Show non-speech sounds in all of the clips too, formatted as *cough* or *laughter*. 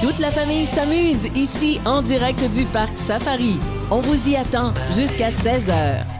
Toute la famille s'amuse ici en direct du parc Safari. On vous y attend jusqu'à 16h.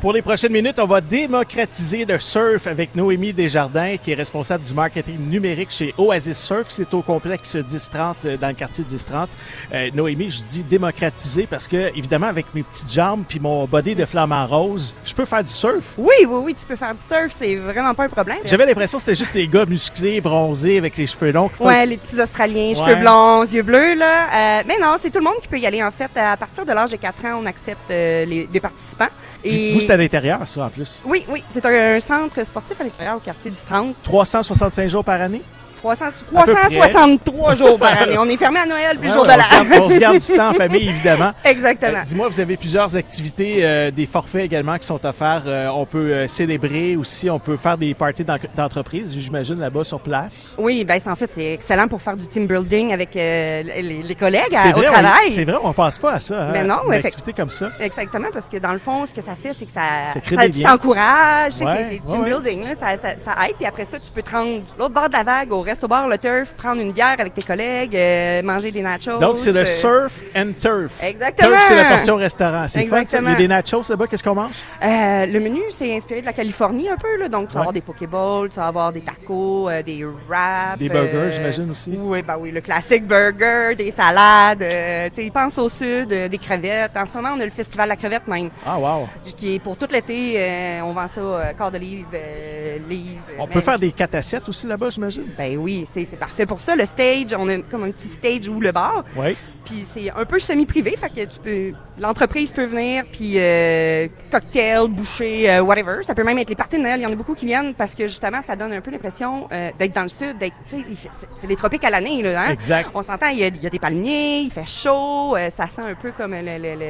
Pour les prochaines minutes, on va démocratiser le surf avec Noémie Desjardins, qui est responsable du marketing numérique chez Oasis Surf. C'est au complexe 1030, euh, dans le quartier 1030. Euh, Noémie, je dis démocratiser parce que, évidemment, avec mes petites jambes puis mon body de flamant rose, je peux faire du surf. Oui, oui, oui, tu peux faire du surf, c'est vraiment pas un problème. J'avais l'impression que c'était juste les gars musclés, bronzés, avec les cheveux longs. Ouais, les petits Australiens, Ouais. cheveux blonds, yeux bleus, là. Euh, mais non, c'est tout le monde qui peut y aller, en fait. À partir de l'âge de 4 ans, on accepte euh, les, des participants. Vous, c'est à l'intérieur, ça, en plus. Oui, oui, c'est un, un centre sportif à l'intérieur au quartier du 30. 365 jours par année? 300 À peu près. 363 jours par année. On est fermé à Noël puis le Ouais, jour de on, se garde, on se l'an. garde du temps en famille, évidemment. *laughs* Exactement. Euh, Dis-moi, vous avez plusieurs activités, euh, des forfaits également qui sont offerts. Euh, on peut euh, célébrer aussi, on peut faire des parties d'en- d'entreprise, j'imagine, là-bas sur place. Oui, ben c'est- en fait, c'est excellent pour faire du team building avec euh, les, les collègues à- C'est au vrai, on- travail. C'est vrai, on pense pas à ça. hein, Mais non, une effect- activité comme ça. Exactement, parce que dans le fond, ce que ça fait, c'est que ça, Ça crée des tu liens. t'encourages, tu sais, Ouais, c'est c'est team ouais, ouais. building, là, ça, ça, ça aide. Puis après ça, tu peux te rendre l'autre bord de la vague, au resto bar, le turf, prendre une bière avec tes collègues, euh, manger des nachos. Donc, c'est euh, le surf and turf. Exactement. Turf, c'est la portion restaurant. C'est le fun, ça. Il Exactement. y a des nachos là-bas, qu'est-ce qu'on mange? euh, le menu, c'est inspiré de la Californie un peu, là. Donc, tu Ouais. vas avoir des pokéballs, tu vas avoir des tacos, euh, des wraps. euh, Des burgers, j'imagine aussi. Oui, bah oui, le classique burger, des salades. euh, tu sais, pense au sud, euh, des crevettes. En ce moment, on a le festival de la crevette même. Ah, wow. qui est pour tout l'été. euh, on vend ça euh, quart de livre, euh, livre. On même. peut faire des catacètes aussi là-bas, j'imagine? Ben oui, c'est c'est parfait pour ça. Le stage, on a comme un petit stage ou le bar. Oui. Puis c'est un peu semi-privé, fait que tu peux, l'entreprise peut venir, puis euh, cocktail, boucher, euh, whatever. Ça peut même être les parties de Noël. Il y en a beaucoup qui viennent parce que justement, ça donne un peu l'impression euh, d'être dans le sud, d'être, tu sais, il fait- c'est- c'est les tropiques à l'année, là. Hein? Exact. On s'entend, il y, a, il y a des palmiers, il fait chaud, euh, ça sent un peu comme le, le- le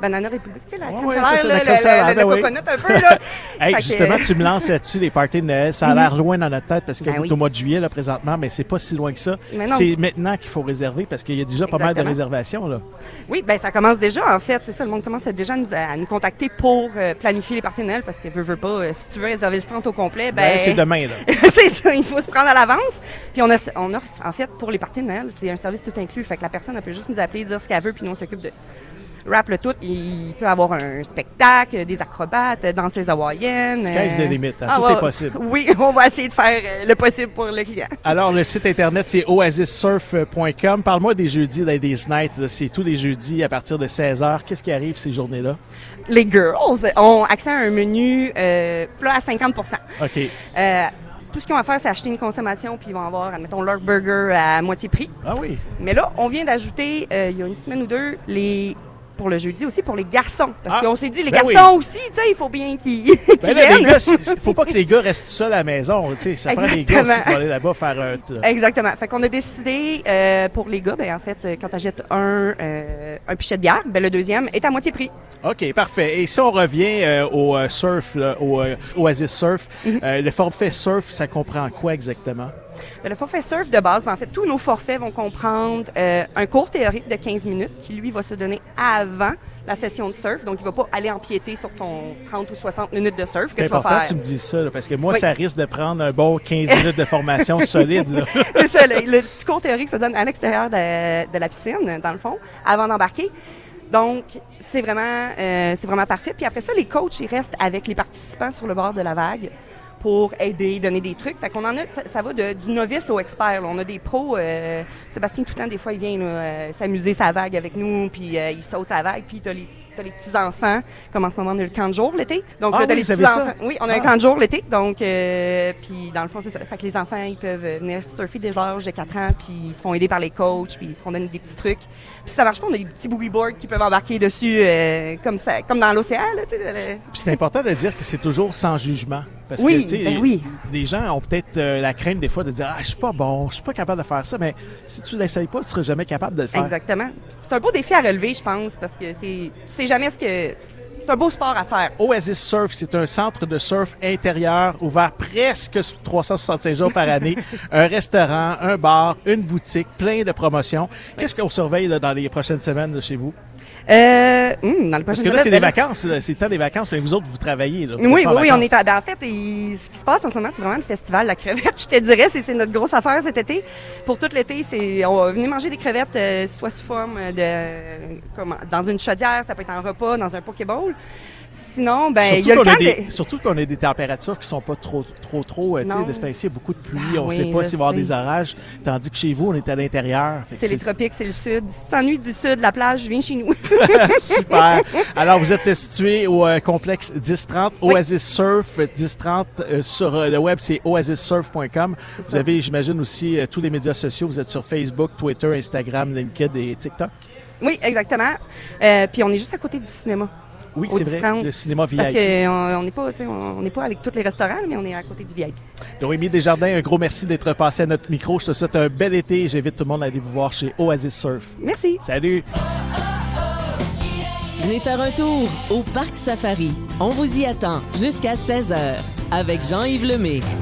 Banana République, tu sais, la Ouais, crème ouais, ça, solaire, c'est là, la le- crème le- solaire, le- ben le oui. coconut un peu, là. *laughs* Hey, Fait que- justement, tu me lances là-dessus, les parties de Noël. Ça a l'air loin dans notre tête parce que Ben vous êtes oui. au mois de juillet, là, présentement, mais c'est pas si loin que ça. Mais non. C'est maintenant qu'il faut réserver parce qu'il y a déjà pas mal de Exactement. réservations, là. Oui, ben ça commence déjà en fait, c'est ça, le monde commence à déjà nous, à nous contacter pour euh, planifier les partenaires parce que veut veut pas euh, si tu veux réserver le centre au complet, ben, Ben, c'est *laughs* demain, là. c'est ça, il faut se prendre à l'avance. Puis on offre, on offre en fait pour les partenaires, c'est un service tout inclus, fait que la personne elle peut juste nous appeler, dire ce qu'elle veut puis nous on s'occupe de rap le tout, il peut avoir un spectacle, des acrobates, euh, danses hawaïennes. euh, ah, Sky's the limit, hein. Tout est possible. Oui, *laughs* on va essayer de faire euh, le possible pour le client. Alors, le site internet, c'est oasissurf.com. Parle-moi des jeudis, là, des nights. là. C'est tous les jeudis à partir de 16h. Qu'est-ce qui arrive ces journées-là? Les girls ont accès à un menu euh, plat à 50 OK. Euh, tout ce qu'ils ont à faire, c'est acheter une consommation, puis ils vont avoir, admettons, leur burger à moitié prix. Ah oui. Mais là, on vient d'ajouter, euh, il y a une semaine ou deux, les pour le jeudi aussi, pour les garçons. Parce Ah, qu'on s'est dit, les ben garçons aussi, tu sais, il faut bien qu'ils *laughs* qu'ils Ben là, les viennent. gars, c'est- faut pas que les gars restent seuls à la maison. tu sais. Ça prend des gars aussi Exactement. pour aller là-bas faire un. t- Exactement. Fait qu'on a décidé euh, pour les gars, ben en fait, euh, quand t'achètes un euh, un pichet de bière, ben le deuxième est à moitié prix. OK, parfait. Et si on revient euh, au euh, surf, là, au euh, Oasis Surf, Mhm. euh, le forfait surf, ça comprend quoi exactement? Ben, le forfait surf de base, ben, en fait, tous nos forfaits vont comprendre euh, un cours théorique de 15 minutes qui, lui, va se donner avant la session de surf. Donc, il va pas aller empiéter sur ton 30 ou 60 minutes de surf que C'est tu vas important que faire. tu me dises ça, là, parce que moi, Oui. ça risque de prendre un bon 15 minutes de *laughs* formation solide. là. C'est ça, le, le petit cours théorique se donne à l'extérieur de, de la piscine, dans le fond, avant d'embarquer. Donc, c'est vraiment, euh, c'est vraiment parfait. Puis après ça, les coachs, ils restent avec les participants sur le bord de la vague pour aider, donner des trucs. Fait qu'on en a, ça, ça va de- du novice au expert. là. On a des pros. euh, Sébastien, tout le temps, des fois, il vient là, euh, s'amuser sa vague avec nous, puis euh, il saute sa vague, puis t'as les, t'as les petits-enfants, comme en ce moment, on a le camp de jour l'été. Donc, Ah là, t'as oui, les vous avez ça? petits-enfants. Oui, on a Ah. un camp de jour l'été, donc euh, puis dans le fond c'est ça. Fait que les enfants ils peuvent euh, venir surfer dès l'âge de 4 ans, puis ils se font aider par les coachs, puis ils se font donner des petits trucs. Puis si ça marche pas, on a des petits boogie boards qui peuvent embarquer dessus euh, comme ça, comme dans l'océan là, tu sais. le- Puis c'est important de dire que c'est toujours sans jugement. Parce que, Oui, tu sais, ben oui. les gens ont peut-être euh, la crainte des fois de dire Ah, je suis pas bon, je suis pas capable de faire ça, mais si tu l'essayes pas, tu seras jamais capable de le faire. Exactement. C'est un beau défi à relever, je pense, parce que c'est tu sais jamais ce que c'est un beau sport à faire. Oasis Surf, c'est un centre de surf intérieur ouvert presque 365 jours par *laughs* année. un restaurant, un bar, une boutique, plein de promotions. Qu'est-ce qu'on surveille là, dans les prochaines semaines là, chez vous? Euh, hum, dans le Parce prochain que là, volet, c'est ben des vacances, là. c'est le temps des vacances, mais vous autres, vous travaillez. Là. Vous Oui, êtes oui, pas en oui, on vacances. est à, ben, en fait, il- ce qui se passe en ce moment, c'est vraiment le festival de la crevette. *laughs* Je te dirais, c'est c'est notre grosse affaire cet été. Pour tout l'été, c'est on va venir manger des crevettes, euh, soit sous forme de comment, dans une chaudière, ça peut être en repas, dans un pokéball. Sinon, ben il y Surtout a le qu'on a, camp des, de- surtout qu'on a des températures qui sont pas trop, trop, trop, euh, tu sais, Non. de ce temps-ci, il y a beaucoup de pluie, Ah on oui, sait pas je s'il va y avoir sais. des orages, tandis que chez vous, on est à l'intérieur. Fait que C'est les tropiques, c'est le sud. Si tu t'ennuies du sud, la plage, viens *laughs* chez nous. Super. Alors, vous êtes situé au euh, complexe 1030, Oui. Oasis Surf 1030. euh, sur euh, le web, c'est oasissurf.com. Vous ça. avez, j'imagine, aussi euh, tous les médias sociaux. Vous êtes sur Facebook, Twitter, Instagram, LinkedIn et TikTok. oui, exactement. Euh, puis on est juste à côté du cinéma. Oui, Au c'est vrai. 1030. Le cinéma Parce VIP. que on on n'est pas, tu sais, on on n'est pas avec tous les restaurants, mais on est à côté du VIP. Noémie Desjardins, un gros merci d'être passé à notre micro. Je te souhaite un bel été. J'invite tout le monde à aller vous voir chez Oasis Surf. Merci. Salut! Venez faire un tour au Parc Safari. On vous y attend jusqu'à 16h avec Jean-Yves Lemay.